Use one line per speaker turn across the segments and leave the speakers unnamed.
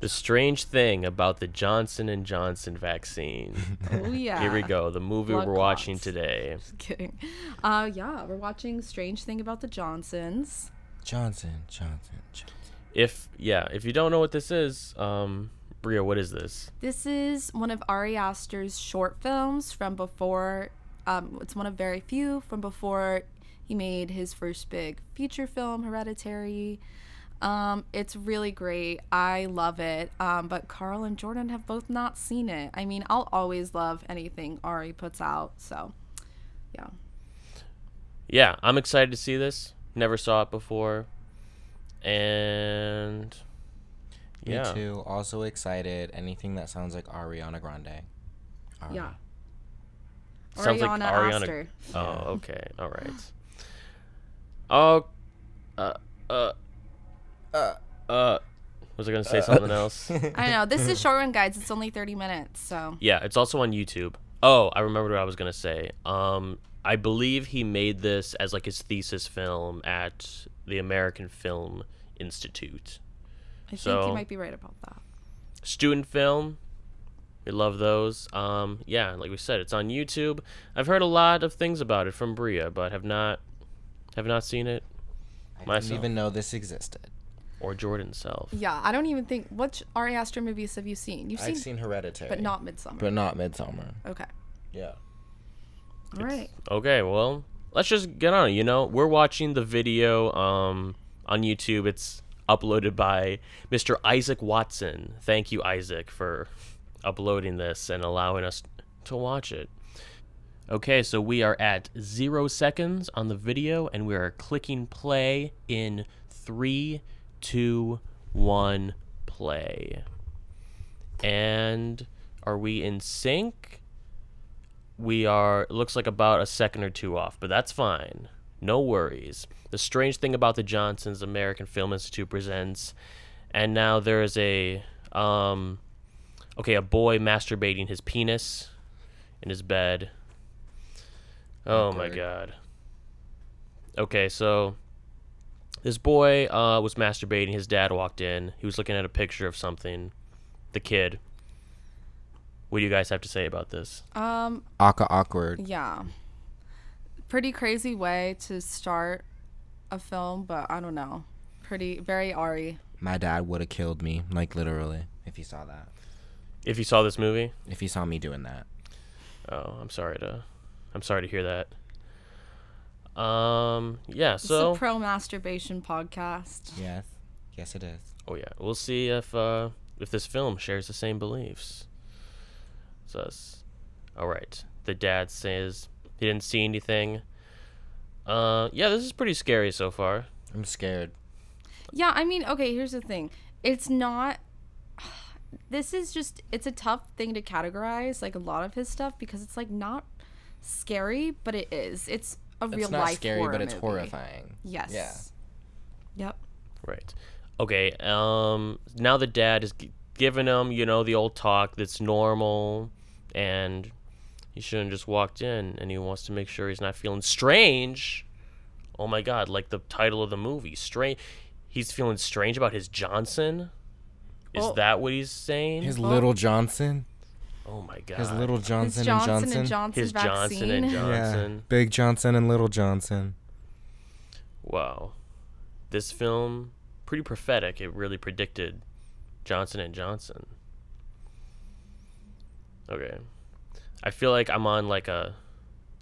The strange thing about the Johnson and Johnson vaccine.
Oh yeah.
Here we go. The movie
Blood
we're watching
clots.
today.
Just kidding. Uh, yeah, we're watching Strange Thing About the Johnsons.
Johnson, Johnson, Johnson.
If yeah, if you don't know what this is, um, Bria, what is this?
This is one of Ari Aster's short films from before. Um, it's one of very few from before he made his first big feature film, Hereditary. Um, it's really great. I love it. Um, but Carl and Jordan have both not seen it. I mean, I'll always love anything Ari puts out. So, yeah.
Yeah, I'm excited to see this. Never saw it before, and yeah,
Me too. Also excited. Anything that sounds like Ariana Grande. Ari-
Yeah.
Sounds like
Ariana
Ariana-
Aster.
Oh, okay. All right. Oh, uh, uh,
Uh.
uh, was I gonna say something else?
I know. This is short run guides. It's only 30 minutes. So,
Yeah, it's also on YouTube. Oh, I remembered what I was gonna say. Um, I believe he made this as like his thesis film at the American Film Institute.
I think
So-
you might be right about that.
student film. We love those. Um, yeah, like we said, it's on YouTube. I've heard a lot of things about it from Bria, but have not have not seen it
I
Myself.
didn't even know this existed.
or Jordan self.
Yeah, I don't even think. What Ari Aster movies have you seen? You've seen,
I've seen Hereditary,
but not Midsummer.
but not Midsummer.
okay.
Yeah.
All right.
Okay, well, let's just get on. it, You know, we're watching the video um on YouTube. It's uploaded by Mr. Isaac Watson. Thank you, Isaac, for uploading this and allowing us to watch it. Okay, so we are at zero seconds on the video, and we are clicking play in three, two, one, play. And are we in sync? we are it looks like about a second or two off, but that's fine. No worries. The strange thing about the Johnsons American Film Institute presents, and now there is a um, okay, a boy masturbating his penis in his bed. Oh my
Awkward.
god. Okay, so this boy uh, was masturbating. His dad walked in. He was looking at a picture of something. The kid. What do you guys have to say about this?
Um.
Aka awkward.
Yeah. Pretty crazy way to start a film, but I don't know. Pretty very Ari.
My dad would have killed me, like literally, if he saw that.
If you saw this movie,
If he saw me doing that.
oh, I'm sorry to, I'm sorry to hear that. Um, yeah.
It's
So,
a pro masturbation podcast.
Yes. Yes, it is.
oh yeah, we'll see if uh, if this film shares the same beliefs. So, that's- all right. The dad says he didn't see anything. Uh, yeah, this is pretty scary so far.
I'm scared.
Yeah, I mean, okay, here's the thing. It's not this is just it's a tough thing to categorize like a lot of his stuff because it's like not scary, but it is. It's a real
it's not
life
scary,
horror
but it's
movie.
horrifying.
Yes.
Yeah.
Yep.
Right. Okay. Um. Now the dad is g- giving him, you know, the old talk that's normal, and he shouldn't just walked in, and he wants to make sure he's not feeling strange. Oh my God! Like the title of the movie, strange. He's feeling strange about his Johnson. Is
Well-
that what he's saying?
His little Johnson.
oh my God!
His little
It's
Johnson,
Johnson,
and Johnson.
and Johnson
His
vaccine.
Johnson and
Yeah.
Johnson.
Big Johnson and little Johnson.
Wow. This film pretty prophetic. It really predicted Johnson and Johnson. Okay. I feel like I'm on like a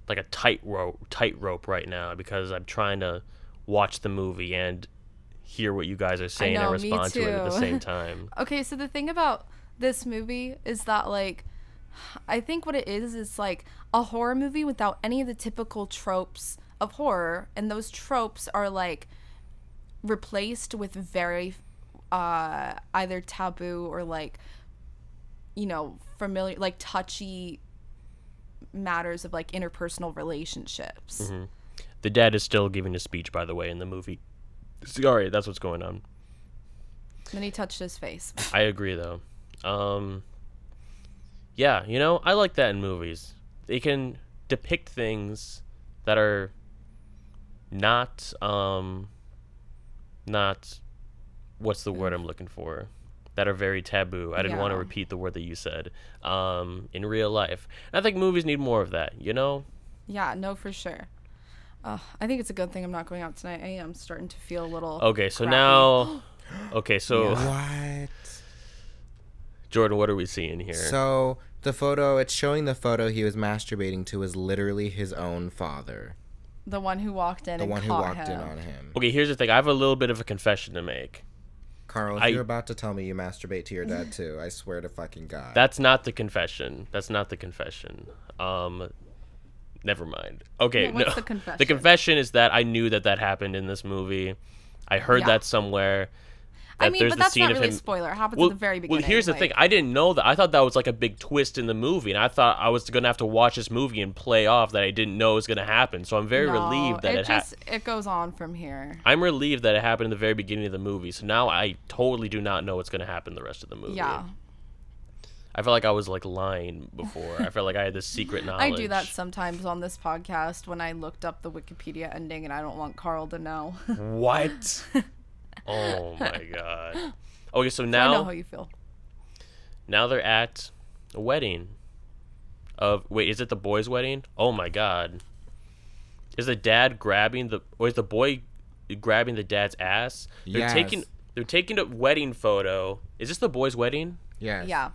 like a tightrope tightrope right now because I'm trying to watch the movie and hear what you guys are saying
know,
and
me
respond to it at the
too.
same time.
Okay, so the thing about this movie is that like I think what it is is like a horror movie without any of the typical tropes of horror and those tropes are like replaced with very uh either taboo or like you know familiar like touchy matters of like interpersonal relationships.
The dad is still giving a speech by the way in the movie. Sorry, that's what's going on.
Then he touched his face.
I agree though. Um Yeah, you know, I like that in movies. They can depict things that are not um not what's the word I'm looking for? that are very taboo. I didn't want to
Yeah.
repeat the word that you said um, in real life. And I think movies need more of that, you know?
Yeah, no, for sure. Uh, I think it's a good thing I'm not going out tonight. I am starting to feel a little.
Okay, so
crappy.
now. Okay, so
What?
Jordan, what are we seeing here?
So the photo, it's showing the photo he was masturbating to is literally his own father,
the one who walked in
the
and
one who
caught
walked
him.
in on him.
okay, here's the thing. I have a little bit of a confession to make.
Carl, if
I-
you're about to tell me you masturbate to your dad too, I swear to fucking God.
That's not the confession. That's not the confession. Um, never mind. Okay,
Wait, what's
no.
the confession?
The confession is that I knew that that happened in this movie. I heard
Yeah.
that somewhere.
I
that
mean,
there's
but
the
that's
scene
not
of
really a
him-
spoiler. It happens
Well,
at the very
well,
beginning.
here's the
like-
thing. I didn't know that. I thought that was like a big twist in the movie, and I thought I was gonna have to watch this movie and play off that I didn't know it was gonna happen. So I'm very
No,
relieved that
it
it, happened.
just it goes on from here.
I'm relieved that it happened in the very beginning of the movie. So now I totally do not know what's gonna happen the rest of the movie.
Yeah,
I felt like I was like lying before. I felt like I had this secret
I
knowledge.
do that sometimes on this podcast when I looked up the Wikipedia ending and I don't want Carl to know.
What? oh my god. Okay, so
I know
now
how you feel.
now they're at a wedding. Of wait, is it the boy's wedding? Oh my god. Is the dad grabbing the or is the boy grabbing the dad's ass? They're
Yes.
taking they're taking a wedding photo. Is this the boy's wedding?
yes.
Yeah,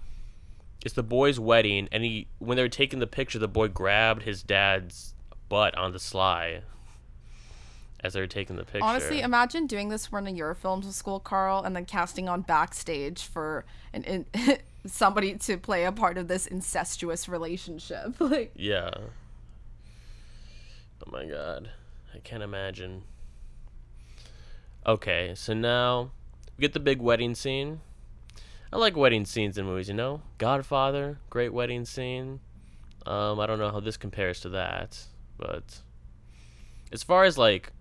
It's the boy's wedding and he when they were taking the picture the boy grabbed his dad's butt on the sly as they were taking the picture.
honestly, imagine doing this for one of your films with school, Carl, and then casting on backstage for an in, somebody to play a part of this incestuous relationship. Like,
Yeah. Oh my god. I can't imagine. Okay, so now we get the big wedding scene. I like wedding scenes in movies, you know? Godfather, great wedding scene. Um, I don't know how this compares to that, but as far as like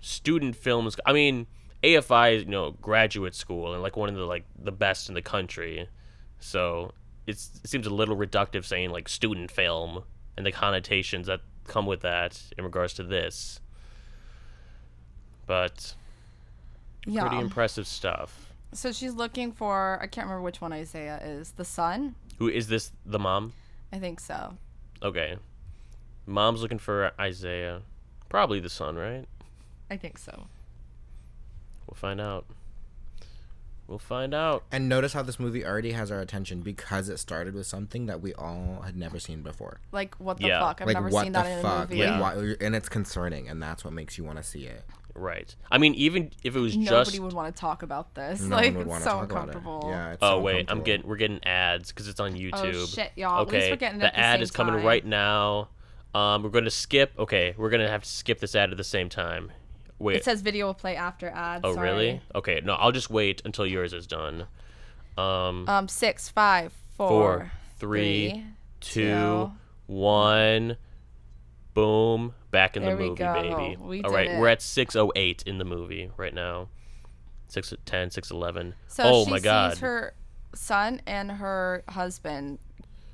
student films, I mean, AFI is, you know, graduate school and like one of the like the best in the country. So it's, it seems a little reductive saying like student film and the connotations that come with that in regards to this. But
yeah.
pretty impressive stuff.
so she's looking for I can't remember which one Isaiah is. The son,
Who is this? The mom?
I think so.
Okay, mom's looking for Isaiah. Probably the son, right?
I think so.
We'll find out. We'll find out.
And notice how this movie already has our attention because it started with something that we all had never seen before.
Like what the
Yeah.
fuck? I've
like
never
what
seen
the
that in a
fuck?
movie.
Yeah.
Like, why, and it's concerning, and that's what makes you want to see it.
Right. I mean, even if it was
Nobody
just.
would want to talk about this.
No
like
one would
it's
want to
so
talk about it.
uncomfortable.
Yeah. It's
Oh
so
wait, I'm
uncomfortable.
getting we're getting ads because it's on YouTube.
Oh shit, y'all. At least we're getting it
the
at the
ad
same
is coming
time.
right now. Um, we're going to skip. Okay, we're going to have to skip this ad at the same time. Wait.
It says video will play after ads.
oh
sorry.
really? Okay. No, I'll just wait until yours is done. Um,
Um, six, five, four,
four, three,
three.
two, one.
two.
Boom! Back in
There
the
we
movie,
go.
baby.
We
All
did
right,
it.
we're at six oh eight in the movie right now. 610, 611.
So
oh
she
my God!
sees her son and her husband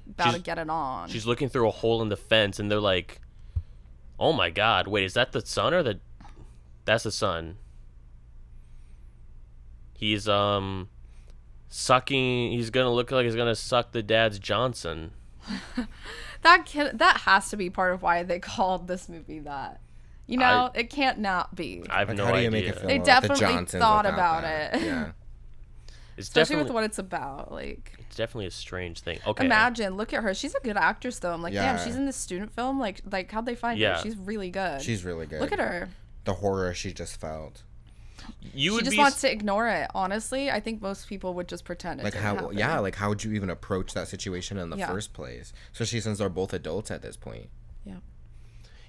about to
She's-
get it on.
She's looking through a hole in the fence, and they're like, "Oh my God! Wait, is that the son or the? That's the son. He's um, sucking. He's gonna look like he's gonna suck the dad's Johnson.
That can that has to be part of why they called this movie that. You know, it can't not be.
I have
Like,
no
how do you
idea.
make it feel?
They
about
definitely
the Johnsons
thought
without
about
that?
it.
Yeah.
It's
Especially
definitely
with what it's about. Like
it's definitely a strange thing. Okay.
imagine, look at her. She's a good actress though. I'm like,
Yeah.
damn, she's in this student film. Like like how'd they find
Yeah.
her? She's really good.
She's really good.
look at her.
The horror she just felt.
you
She
would
just
be
wants to ignore it. Honestly, I think most people would just pretend it.
Like
didn't
how?
happen.
Yeah. Like how would you even approach that situation in the
Yeah.
first place? Especially since they're both adults at this point.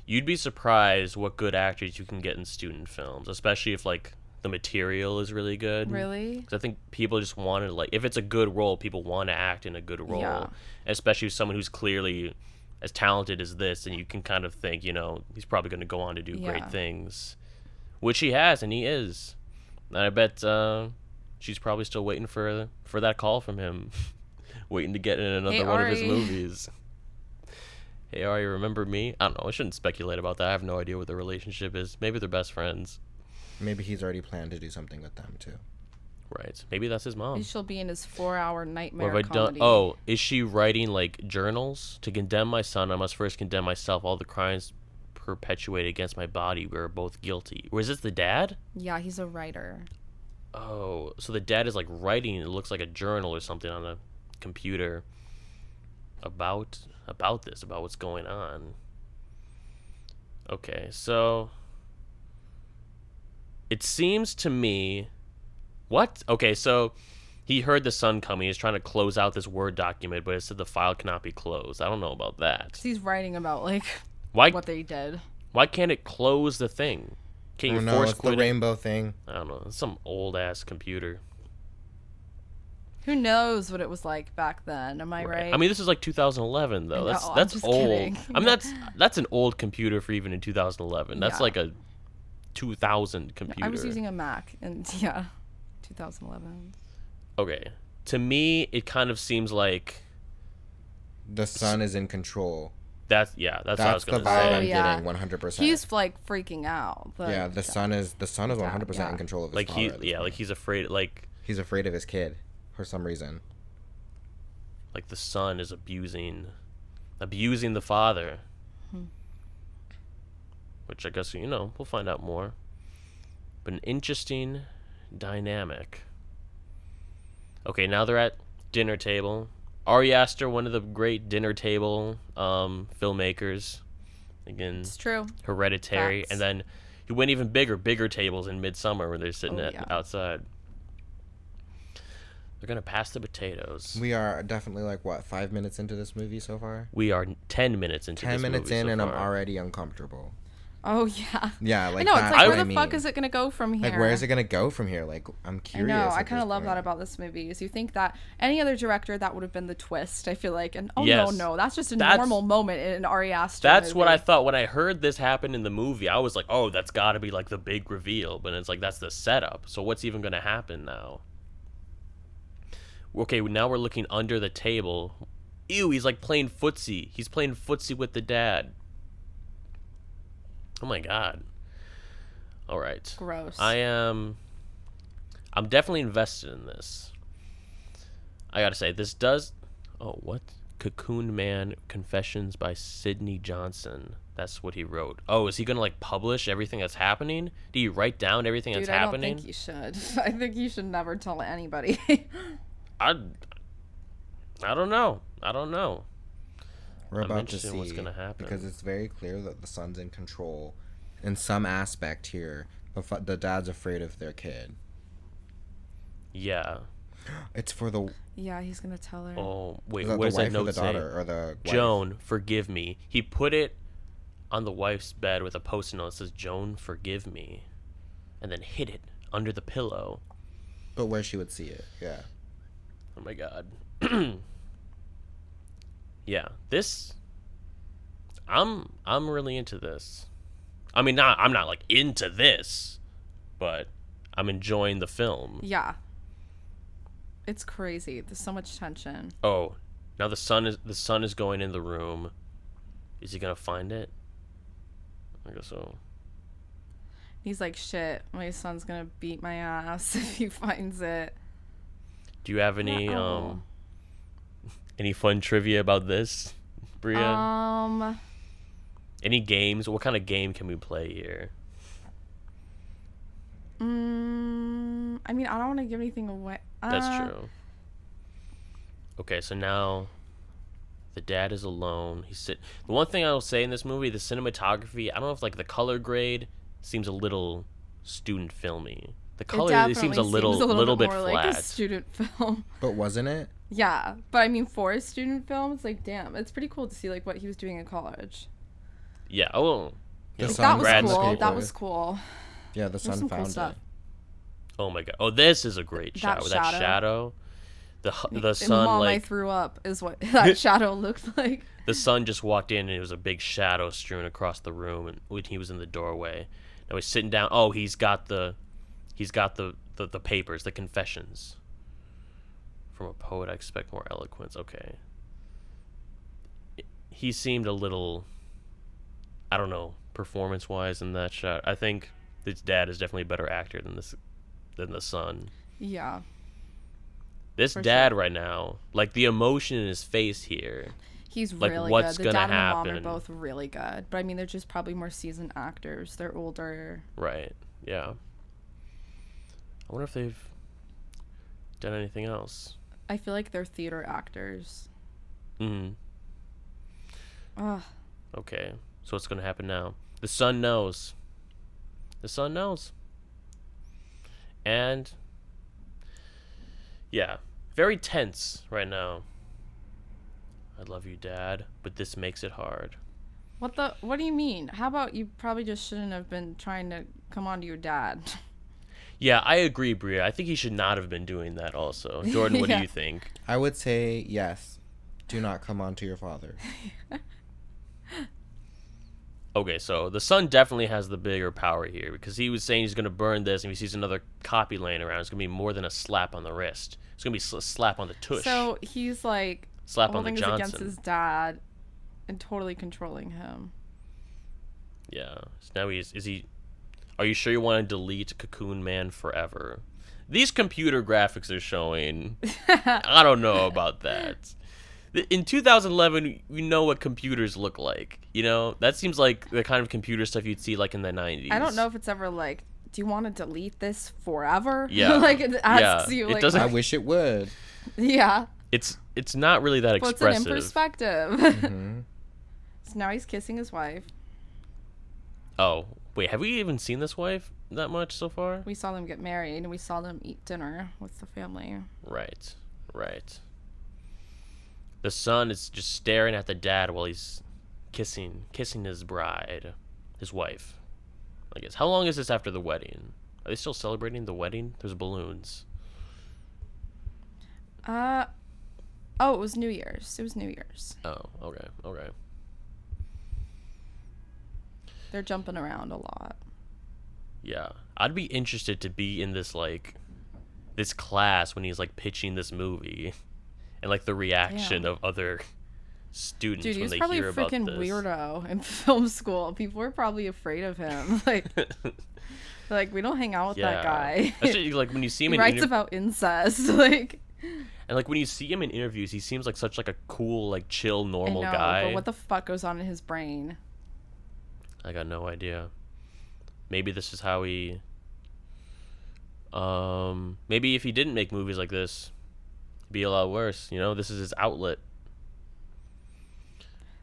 you'd be surprised what good actors you can get in student films, especially if like the material is really good.
Really?
'Cause I think people just want to like if it's a good role, people want to act in a good role,
Yeah.
especially with someone who's clearly as talented as this, and you can kind of think, you know, he's probably going to go on to do
Yeah.
great things, which he has, and he is. And I bet uh, she's probably still waiting for for that call from him, waiting to get in another
Hey,
one of his
Ari.
movies. Hey, Ari, remember me? I don't know. I shouldn't speculate about that. I have no idea what the relationship is. Maybe they're best friends.
Maybe he's already planned to do something with them too.
Right. Maybe that's his mom.
And she'll be in his four-hour
Or
nightmare
have I done?
comedy.
Oh, is she writing like journals to condemn my son? I must first condemn myself. All the crimes perpetuated against my body. We are both guilty. Was this the dad?
yeah, he's a writer.
Oh, so the dad is like writing. It looks like a journal or something on a computer about about this, about what's going on. Okay, so it seems to me, what? Okay, so he heard the sun coming. He's trying to close out this word document, but it said the file cannot be closed. I don't know about that.
'Cause He's writing about like
Why?
what they did.
Why can't it close the thing? Can
Oh
you
no,
force
it's the
quit? it?
rainbow thing.
I don't know. It's some old ass computer.
Who knows what it was like back then? Am I right?
I mean, this is like 2011 though.
know,
that's
I'm
that's
just
old.
kidding.
I mean, that's that's an old computer for even in 2011. That's
Yeah.
like a 2000 computer.
I was using a Mac, and yeah, 2011.
okay. To me, it kind of seems like
The sun is in control.
that's yeah. That's, what I was
That's the
gonna
vibe
say.
Oh,
I'm
yeah.
getting 100. percent
He's like freaking out. but-
Yeah, the sun is the sun is 100 percent
yeah.
in control of his
Like
father.
he
at this
yeah,
point.
like he's afraid. Like
he's afraid of his kid for some reason.
like the son is abusing abusing the father.
Hmm.
Which I guess you know we'll find out more. But an interesting dynamic. Okay, now they're at dinner table. Ari Aster, one of the great dinner table um, filmmakers, again
It's true.
Hereditary,
Facts.
and then he went even bigger, bigger tables in Midsummer where they're sitting
Oh,
at,
yeah.
outside. They're gonna pass the potatoes.
We are definitely like what five minutes into this movie so far.
We are ten minutes into
Ten
this
minutes
movie
in,
so
and I'm
far.
already uncomfortable.
Oh yeah.
Yeah,
I
like
know. It's
that's
like
what
where
I
the fuck
mean.
is it gonna go from here?
Like, where is it gonna go from here? Like, I'm
I
curious.
know. I
at
kind of
this
love that
point.
about this movie. Is you think that any other director that would have been the twist? I feel like, and oh
Yes.
no, no, that's just a
That's-
normal moment in an Ari Aster.
That's what I
movie.
thought when I heard this happen in the movie. I was like, "Oh, that's got to be like the big reveal," but it's like that's the setup. So what's even going to happen now? Okay, now we're looking under the table. Ew, he's like playing footsie. He's playing footsie with the dad. Oh my god. All right.
Gross.
I am. I'm definitely invested in this. I gotta say, this does. Oh, what? Cocoon Man Confessions by Sidney Johnson. That's what he wrote. Oh, is he gonna like publish everything that's happening? Do you write down everything
Dude,
that's
I don't
happening?
think you should. I think you should never tell anybody.
I. I don't know. I don't know.
We're
I'm
about to
interested
see
in what's gonna happen.
because it's very clear that the son's in control in some aspect here. But fu- the dad's afraid of their kid.
Yeah.
It's for the
yeah, he's gonna tell her.
Oh wait,
is that
what
the
does that
wife or the
note say?
daughter or the wife?
Joan, forgive me. He put it on the wife's bed with a post-it note that says, "Joan, forgive me," and then hid it under the pillow.
But where she would see it, yeah.
Oh my god. yeah, this. I'm I'm really into this. I mean, not I'm not like into this, but I'm enjoying the film.
Yeah. It's crazy. There's so much tension.
Oh, now the sun is the sun is going in the room. Is he gonna find it? I guess so.
He's like, shit, my son's gonna beat my ass if he finds it.
Do you have any
Uh-oh.
um any fun trivia about this, Bria?
Um,
any games? What kind of game can we play here?
mm, I mean, I don't want to give anything away.
That's
Uh,
true. Okay, so now the dad is alone. He's sit. The one thing I will say in this movie, the cinematography. I don't know if like the color grade seems a little student filmy. The
It
color it
definitely
seems a little little, bit,
more
flat.
like a student film.
But wasn't it?
yeah, but I mean, for a student film, it's like, damn, it's pretty cool to see like what he was doing in college.
yeah. Oh.
The sun
Yeah.
That was
Congrats,
found the
cool.
paper.
That was cool.
yeah. The
There's
sun
some
found
cool
it.
stuff.
Oh my god. Oh, this is a great
That
shot with that
shadow.
shadow. The hu- the
And
sun
Mom,
like
I threw up is what that shadow looked like.
the sun just walked in and it was a big shadow strewn across the room and when he was in the doorway now he's sitting down oh he's got the he's got the the, the papers the confessions from a poet i expect more eloquence okay he seemed a little i don't know performance wise in that shot i think his dad is definitely a better actor than this than the son
Yeah.
This
For
dad right now, like the emotion in his face here.
He's
Like,
really
what's
good. The
gonna
dad and the
happen?
mom are both really good. But I mean, they're just probably more seasoned actors. They're older.
Right. Yeah. I wonder if they've done anything else.
I feel like they're theater actors.
Mm.
Ugh.
Okay. So what's gonna happen now? The son knows. The son knows. And yeah, very tense right now. I love you, Dad, but this makes it hard.
What the? What do you mean? How about you probably just shouldn't have been trying to come on to your dad?
Yeah, I agree, Bria. I think he should not have been doing that. Also, Jordan, what
Yeah.
do you think?
I would say yes. Do not come on to your father.
Okay, so the son definitely has the bigger power here because he was saying he's going to burn this, and if he sees another copy laying around, it's going to be more than a slap on the wrist. It's going to be sl- slap on the tush,
So he's like
slap on the
holding us against
Johnson.
his dad and totally controlling him.
Yeah. So now he's is he? Are you sure you want to delete Cocoon Man forever? These computer graphics are showing. I don't know about that. Th- In 2011, we know what computers look like. You know that seems like the kind of computer stuff you'd see like in the 90s.
I don't know if it's ever like, do you want to delete this forever?
Yeah.
like it asks
Yeah.
you.
It
Like,
doesn't-
I wish it would.
Yeah.
It's it's not really that
Puts it in
expressive.
perspective.
Mhm.
so now he's kissing his wife.
Oh, wait, have we even seen this wife that much so far?
We saw them get married and we saw them eat dinner with the family.
Right, right. The son is just staring at the dad while he's kissing kissing his bride, his wife. I guess. How long is this after the wedding? Are they still celebrating the wedding? There's balloons.
Uh oh, it was New Year's. It was New Year's.
Oh, okay, okay.
They're jumping around a lot.
Yeah. I'd be interested to be in this like this class when he's like pitching this movie and like the reaction
Damn.
of other students
Dude, he
when
was
they
probably a
hear about this.
freaking weirdo in film school. People were probably afraid of him. Like, like we don't hang out with that guy.
Actually, like when you see him
he
in
writes
interv-
about incest. Like,
and like when you see him in interviews, he seems like such like a cool, like chill,
I
normal
know,
guy.
but what the fuck goes on in his brain?
I got no idea. Maybe this is how he. Um, maybe if he didn't make movies like this, it'd be a lot worse. You know, this is his outlet.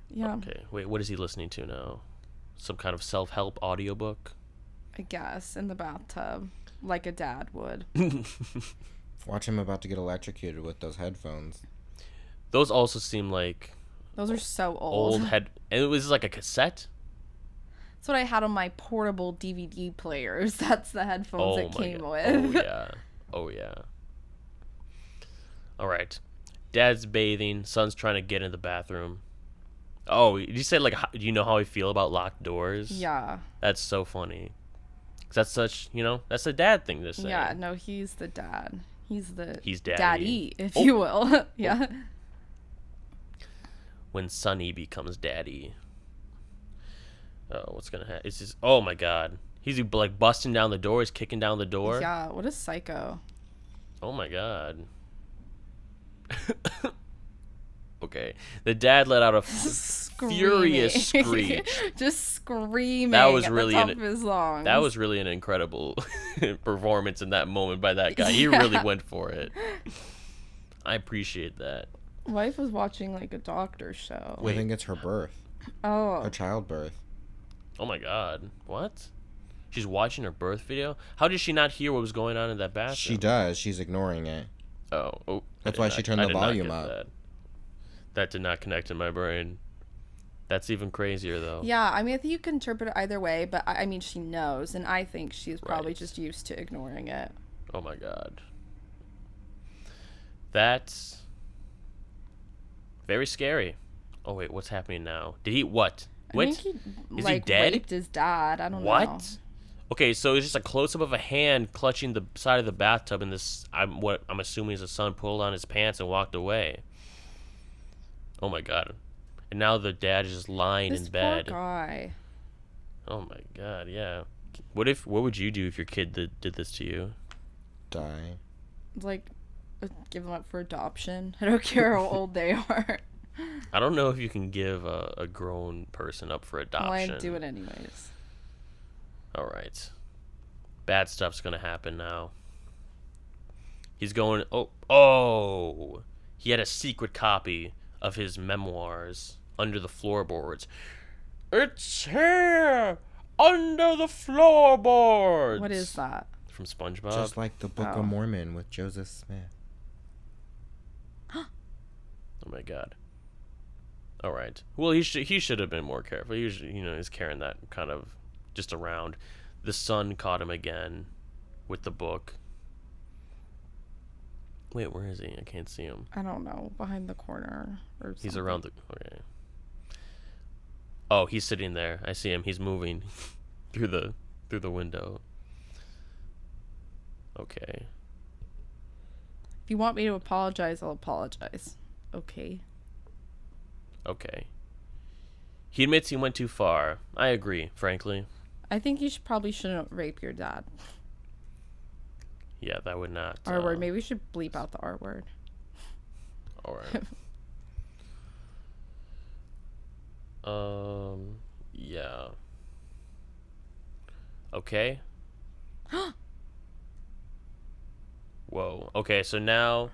Yeah,
Okay, wait, what is he listening to now? Some kind of self-help audiobook?
I guess in the bathtub, like a dad would.
Watch him about to get electrocuted with those headphones.
Those also seem like
Those are so old.
old head. And it was like a cassette.
That's what I had on my portable DVD players. That's the headphones it came
Oh God.
with.
Oh yeah. Oh yeah. All right. Dad's bathing. Son's trying to get in the bathroom. Oh, you said like, how, do you know how I feel about locked doors?
yeah.
That's so funny. 'Cause That's such, you know, that's a dad thing to say.
Yeah, no, he's the dad. He's the
He's
daddy,
daddy.
if
Oh.
you will. yeah.
When Sonny becomes daddy. Oh, what's gonna happen? It's just, oh my god. He's like busting down the door. He's kicking down the door.
Yeah, what a psycho.
Oh my god. okay. The dad let out a f- Furious
Screaming. Just screaming. That
was
was
really
really at the
an-
top of his lungs.
that was really an incredible performance in that moment by that guy. He
Yeah.
really went for it. I appreciate that.
wife was watching like a doctor show.
Wait.
I think it's her birth,
Oh,
her childbirth.
Oh my god. What? She's watching her birth video? How did she not hear what was going on in that bathroom?
She does. She's ignoring it.
Oh, oh. I
That's
did
why she turned
I
the
did not
volume
get
up.
That. That did not connect in my brain. That's even crazier though.
yeah. I mean, I think you can interpret it either way, but I, I mean, she knows, and I think she's probably
Right.
just used to ignoring it.
Oh my god. That's very scary. Oh wait, what's happening now? Did he what?
I
What?
think he
Is he
like
dead?
raped his dad. I don't know.
What? Okay, so it's just a close up of a hand clutching the side of the bathtub and this I'm what I'm assuming is the son pulled on his pants and walked away. Oh my god. And now the dad is just lying
This
in
poor
bed.
guy.
Oh my god, yeah. What if what would you do if your kid did, did this to you?
Die.
like uh, give them up for adoption. I don't care how old they are.
I don't know if you can give a, a grown person up for
Well, I
adoption.
do it anyways.
All right. Bad stuff's gonna happen now. He's going. Oh, oh! He had a secret copy of his memoirs under the floorboards. It's here, under the floorboards.
What is that?
From SpongeBob.
Just like the Book
Oh.
of Mormon with Joseph Smith.
oh my god. All right. Well, he should he should have been more careful. He should, you know he's carrying that kind of just around. The sun caught him again with the book. Wait, where is he? I can't see him.
I don't know. Behind the corner or something.
He's around the. Okay. Oh, he's sitting there. I see him. He's moving through the through the window. Okay.
If you want me to apologize, I'll apologize. Okay.
Okay. He admits he went too far. I agree, frankly.
I think you should probably shouldn't rape your dad.
Yeah, that would not.
R word.
uh,
Maybe we should bleep out the R word.
All right. um. Yeah. Okay. Whoa. Okay. So now,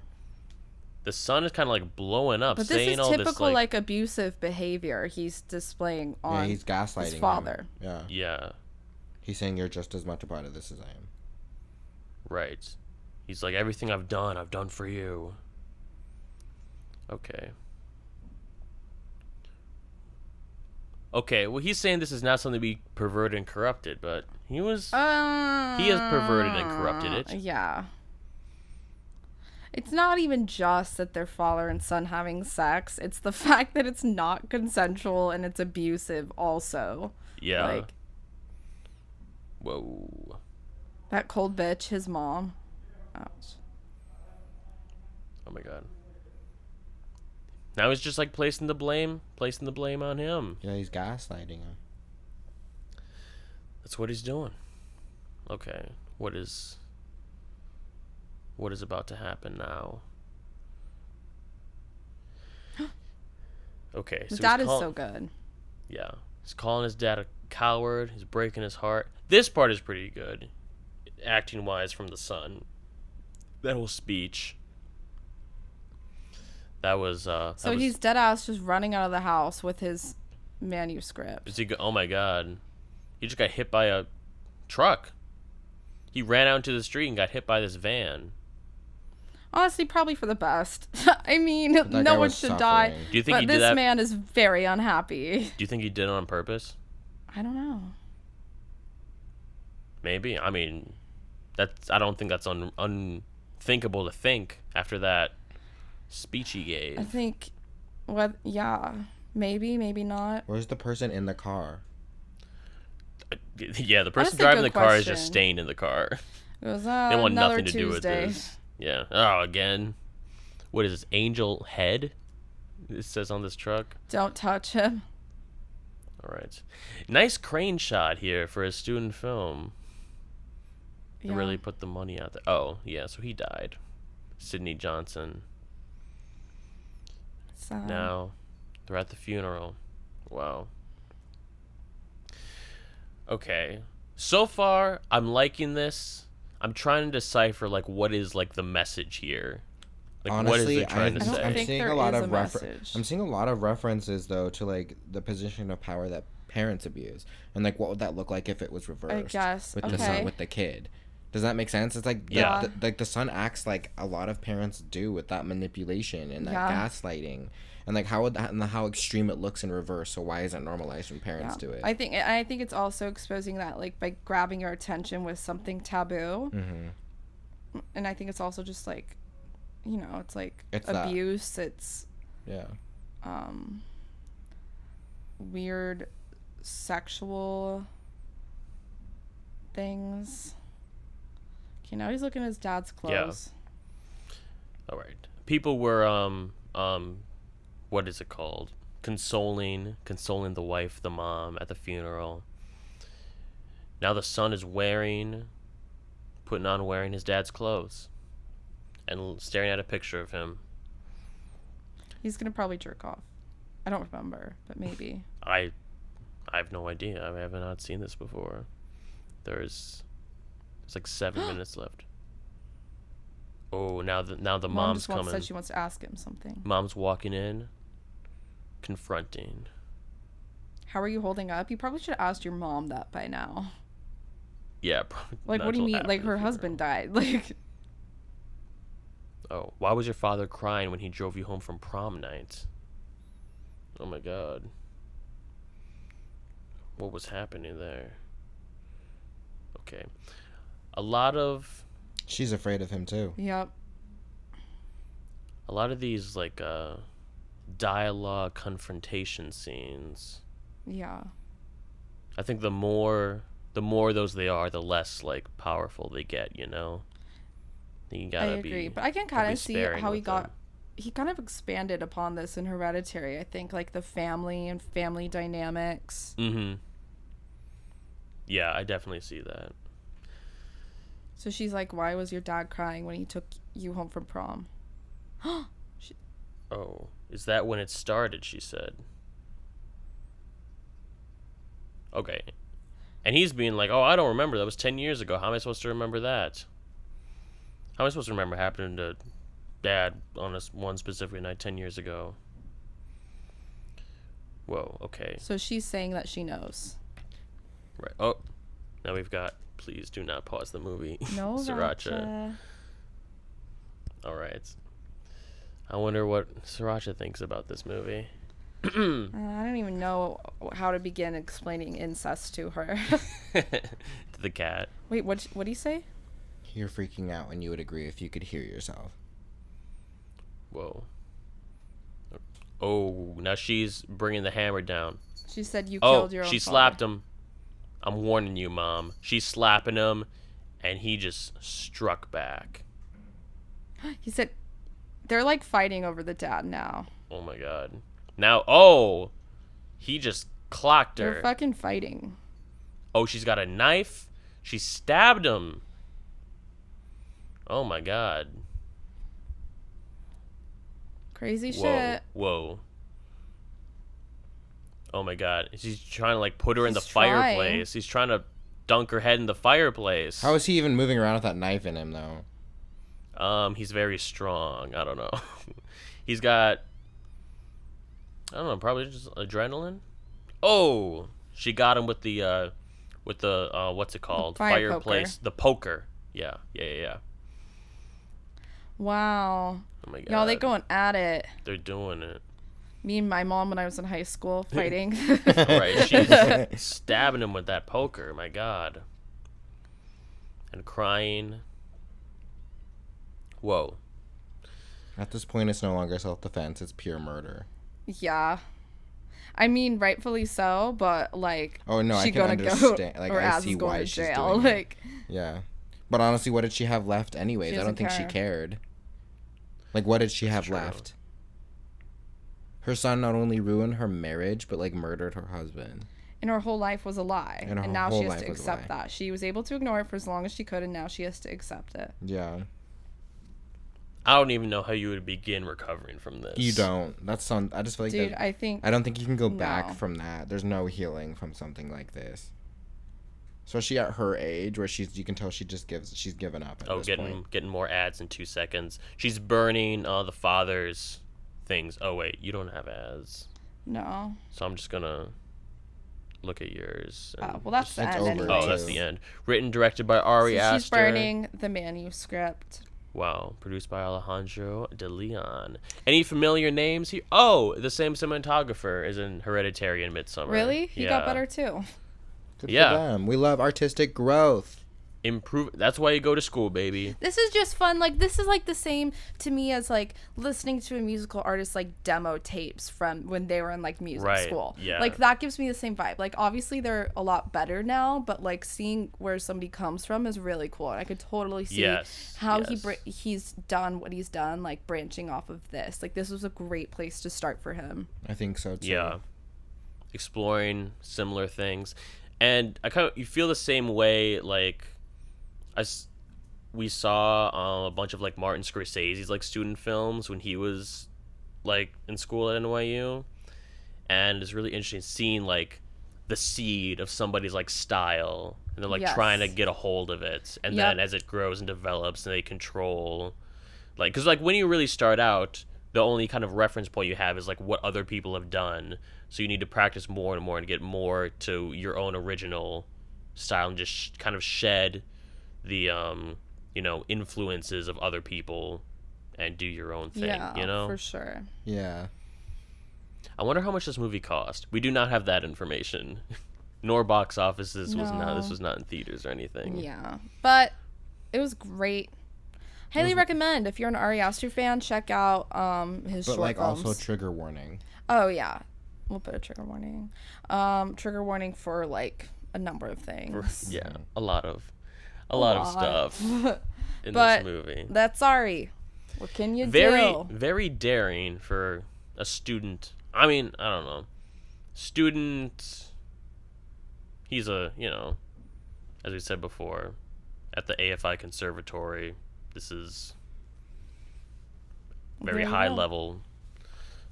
the sun is kind of like blowing up,
But this
saying
is
all
typical
this
like...
like,
abusive behavior he's displaying on
yeah, he's gaslighting
his
him.
father.
Yeah,
yeah,
he's saying you're just as much a part of this as I am.
right. He's like everything I've done, I've done for you. Okay. Okay. Well, he's saying this is not something to be perverted and corrupted, but he was.
Uh,
He has perverted and
Ah,
corrupted it.
Yeah. It's not even just that they're father and son having sex. It's the fact that it's not consensual and it's abusive also.
Yeah.
Like
Whoa.
that cold bitch, his mom. Ouch.
Oh my god. Now he's just like placing the blame, placing the blame on him.
Yeah, he's gaslighting him.
That's what he's doing. Okay. What is what is about to happen now? Okay.
His
he's
dad is
call-
so good.
Yeah. He's calling his dad a coward. He's breaking his heart. This part is pretty good, acting wise, from the son. That whole speech. That was. uh that
So
was,
he's dead ass just running out of the house with his manuscript.
Is he go- oh my god. He just got hit by a truck. He ran out into the street and got hit by this van.
Honestly, probably for the best. I mean,
that
no
guy
one
was
should die.
suffering.
Do you think he
But
did
this
that?
man is very unhappy.
Do you think he did it on purpose?
I don't know.
Maybe. I mean, that's. I don't think that's un- unthinkable to think after that speech he gave.
I think, what? Yeah, maybe, maybe not.
Where's the person in the car?
Yeah, the person
Honestly,
driving
good
the car is just
question.
staying in the car.
It was uh,
They want
another
nothing to
Tuesday.
do with this. Yeah. Oh, again. What is this? Angel head? It says on this truck.
Don't touch him.
All right. Nice crane shot here for a student film. They
Yeah.
Really put the money out there. Oh, yeah. So he died. Sidney Johnson.
So,
Now they're at the funeral. Wow. Okay. So far, I'm liking this. I'm trying to decipher like what is like the message here. Like what is
Honestly,
it trying
I,
to
I don't
say?
am
think
seeing
there
a lot
is a
of refer-
message.
I'm seeing a lot of references though to like the position of power that parents abuse, and like what would that look like if it was reversed?
guess.
with the son
Okay.
with the kid. Does that make sense? It's like the,
Yeah.
the, like the son acts like a lot of parents do with that manipulation and that
Yeah.
gaslighting, and like how would that and how extreme it looks in reverse. So why isn't normalized when parents
yeah.
do it?
I think I think it's also exposing that like by grabbing your attention with something taboo,
mm-hmm.
and I think it's also just like, you know, it's like
It's that.
abuse. It's
Yeah,
um, weird sexual things. Okay, now he's looking at his dad's
Yeah.
clothes.
All right. People were um um what is it called? Consoling, consoling the wife, the mom at the funeral. Now the son is wearing putting on wearing his dad's clothes. and l- staring at a picture of him.
He's gonna probably jerk off. I don't remember, but maybe.
I, I have no idea. I have not seen this before. There's, it's like seven minutes left. Oh, now the now the
Mom
mom's
just wants,
coming.
said she wants to ask him something.
Mom's walking in, confronting.
How are you holding up? You probably should have asked your mom that by now.
Yeah. probably
Like,
not
what do you
till
mean?
after
Like,
the
her
funeral.
husband died. Like,
Oh, why was your father crying when he drove you home from prom night? Oh my god. What was happening there? Okay. A lot of
She's afraid of him too.
yep.
a lot of these like uh dialogue confrontation scenes.
Yeah.
I think the more the more those they are, the less like powerful they get, you know. You
I
gotta
agree.
be
But I can
gotta be
kind of see
sparing
how he
with them.
got. He kind of expanded upon this in Hereditary, I think, like the family and family dynamics.
Mm-hmm. Yeah, I definitely see that.
So she's like, Why was your dad crying when he took you home from prom?
Oh, is that when it started? She said. Okay. And he's being like, oh, I don't remember. That was 10 years ago. How am I supposed to remember that? How am I supposed to remember happening to dad on this one specific night 10 years ago? Whoa, okay.
So she's saying that she knows.
Right. Oh, now we've got. Please do not pause the movie.
No, Sriracha.
All right. I wonder what Sriracha thinks about this movie.
Uh, I don't even know how to begin explaining incest to her.
to the cat.
Wait, what? What do you say?
You're freaking out, and you would agree if you could hear yourself.
Whoa. Oh, now she's bringing the hammer down.
She said you
Oh,
killed your own.
she
father.
slapped him. I'm warning you, mom. She's slapping him, and he just struck back.
He said, "They're like fighting over the dad now.
Oh my god. Now, oh, he just clocked
They're
her.
fucking fighting."
Oh, she's got a knife. She stabbed him. Oh my god.
Crazy
Whoa.
shit.
Whoa. Oh my god. She's trying to like put her in the
He's trying.
fireplace. He's trying to dunk her head in the fireplace.
How is he even moving around with that knife in him though?
Um, he's very strong. I don't know. he's got. I don't know. Probably just adrenaline. Oh, she got him with the, uh, with the uh, what's it called?
fire poker.
Fireplace. The poker. Yeah. Yeah. Yeah. yeah.
Wow.
Oh my god.
Y'all, they going at it.
They're doing it.
Me and my mom when I was in high school fighting.
All right. She's stabbing him with that poker. My god. And crying. Whoa.
At this point, it's no longer self-defense; it's pure murder.
yeah. I mean, rightfully so, but like,
Oh no, I
she
can
gonna go.
understand. like
her
I
ass
see
is going
why
to
she's
jail.
doing it.
Like,
Yeah, but honestly, what did she have left anyways?
She
I don't
doesn't
think she cared. Like, what did she have
true.
left? Her son not only ruined her marriage, but like murdered her husband.
and her whole life was a lie,
And
and,
her
now
whole
she has
life
to
was a
accept
lie.
that. She was able to ignore it for as long as she could, and now she has to accept it.
Yeah,
I don't even know how you would begin recovering from this.
you don't. That's some. I just feel like
Dude,
that,
I think
I don't think you can go back
No.
from that. There's no healing from something like this. Especially at her age, where she's you can tell she just gives she's given up. At
Oh,
this
getting
point.
getting more ads in two seconds. She's burning uh, the father's things. Oh wait, you don't have ads,
no.
so I'm just gonna look at yours.
Uh,
and
well, that's
just-
the
It's
end.
over.
Anyway.
oh, that's the end. Written, directed by Ari
So
Aster.
she's burning the manuscript.
Wow, produced by Alejandro De Leon. Any familiar names here? Oh, the same cinematographer is in Hereditary and Midsummer.
Really? He
Yeah.
got better too.
Good
Yeah.
for them. We love artistic growth.
Improve. That's why you go to school, baby.
This is just fun. Like this is like the same to me as like listening to a musical artist like demo tapes from when they were in like music
Right,
school.
yeah.
Like that gives me the same vibe. Like obviously they're a lot better now, but like seeing where somebody comes from is really cool. And I could totally see
Yes,
how he
yes.
br- he's done what he's done, like branching off of this. Like this was a great place to start for him.
I think so too.
yeah exploring similar things and i kind of you feel the same way like i s- we saw um, a bunch of like Martin Scorsese's like student films when he was like in school at NYU, and it's really interesting seeing like the seed of somebody's like style and they're like
Yes.
trying to get a hold of it, and
Yep.
then as it grows and develops, and they control like because like when you really start out the only kind of reference point you have is like what other people have done so you need to practice more and more and get more to your own original style and just sh- kind of shed the um you know influences of other people and do your own thing
yeah,
you know
for sure.
Yeah.
i wonder how much this movie cost we do not have that information nor box offices was not this
No.
was not in theaters or anything
Yeah, but it was great. Highly recommend if you're an Ari Aster fan, check out um his
But
short
like
films.
also trigger warning.
oh yeah, we'll put a trigger warning. Um, trigger warning for like a number of things.
yeah a lot of a, lot, of stuff in
But
this movie
That's Ari. What can you
very
do?
very daring for a student i mean i don't know student he's a you know as we said before at the afi conservatory this is very
There you
high
go.
level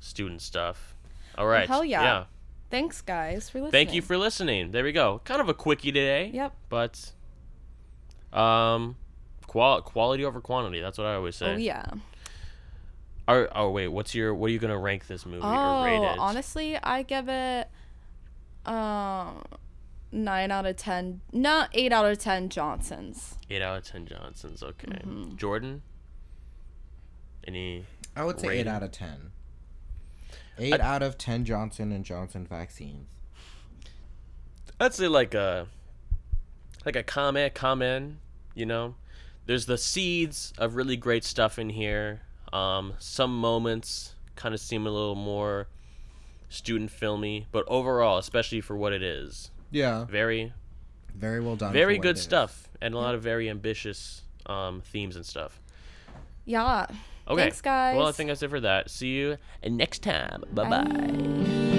student stuff all right
hell yeah. Thanks guys for listening.
thank you for listening there we go kind of a quickie today
Yep.
but um qual- quality over quantity that's what i always say
Oh yeah.
Are, oh wait, what's your what are you gonna rank this movie or rate
Oh,
it?
honestly, I give it um nine out of ten. No, eight out of ten Johnsons.
Eight out of ten Johnsons. Okay, Jordan. Any?
I would say
Rating.
eight out of ten. Eight out of ten Johnson and Johnson vaccines.
I'd say like a like a comment comment. You know, there's the seeds of really great stuff in here. Um, some moments kind of seem a little more student filmy, but overall, especially for what it is,
Yeah.
very
Very well done.
very
for what
good
it is.
stuff and a lot of very ambitious um, themes and stuff.
Yeah.
Okay.
Thanks, guys.
Well, I think that's it for that. See you next time. Bye bye.
Bye.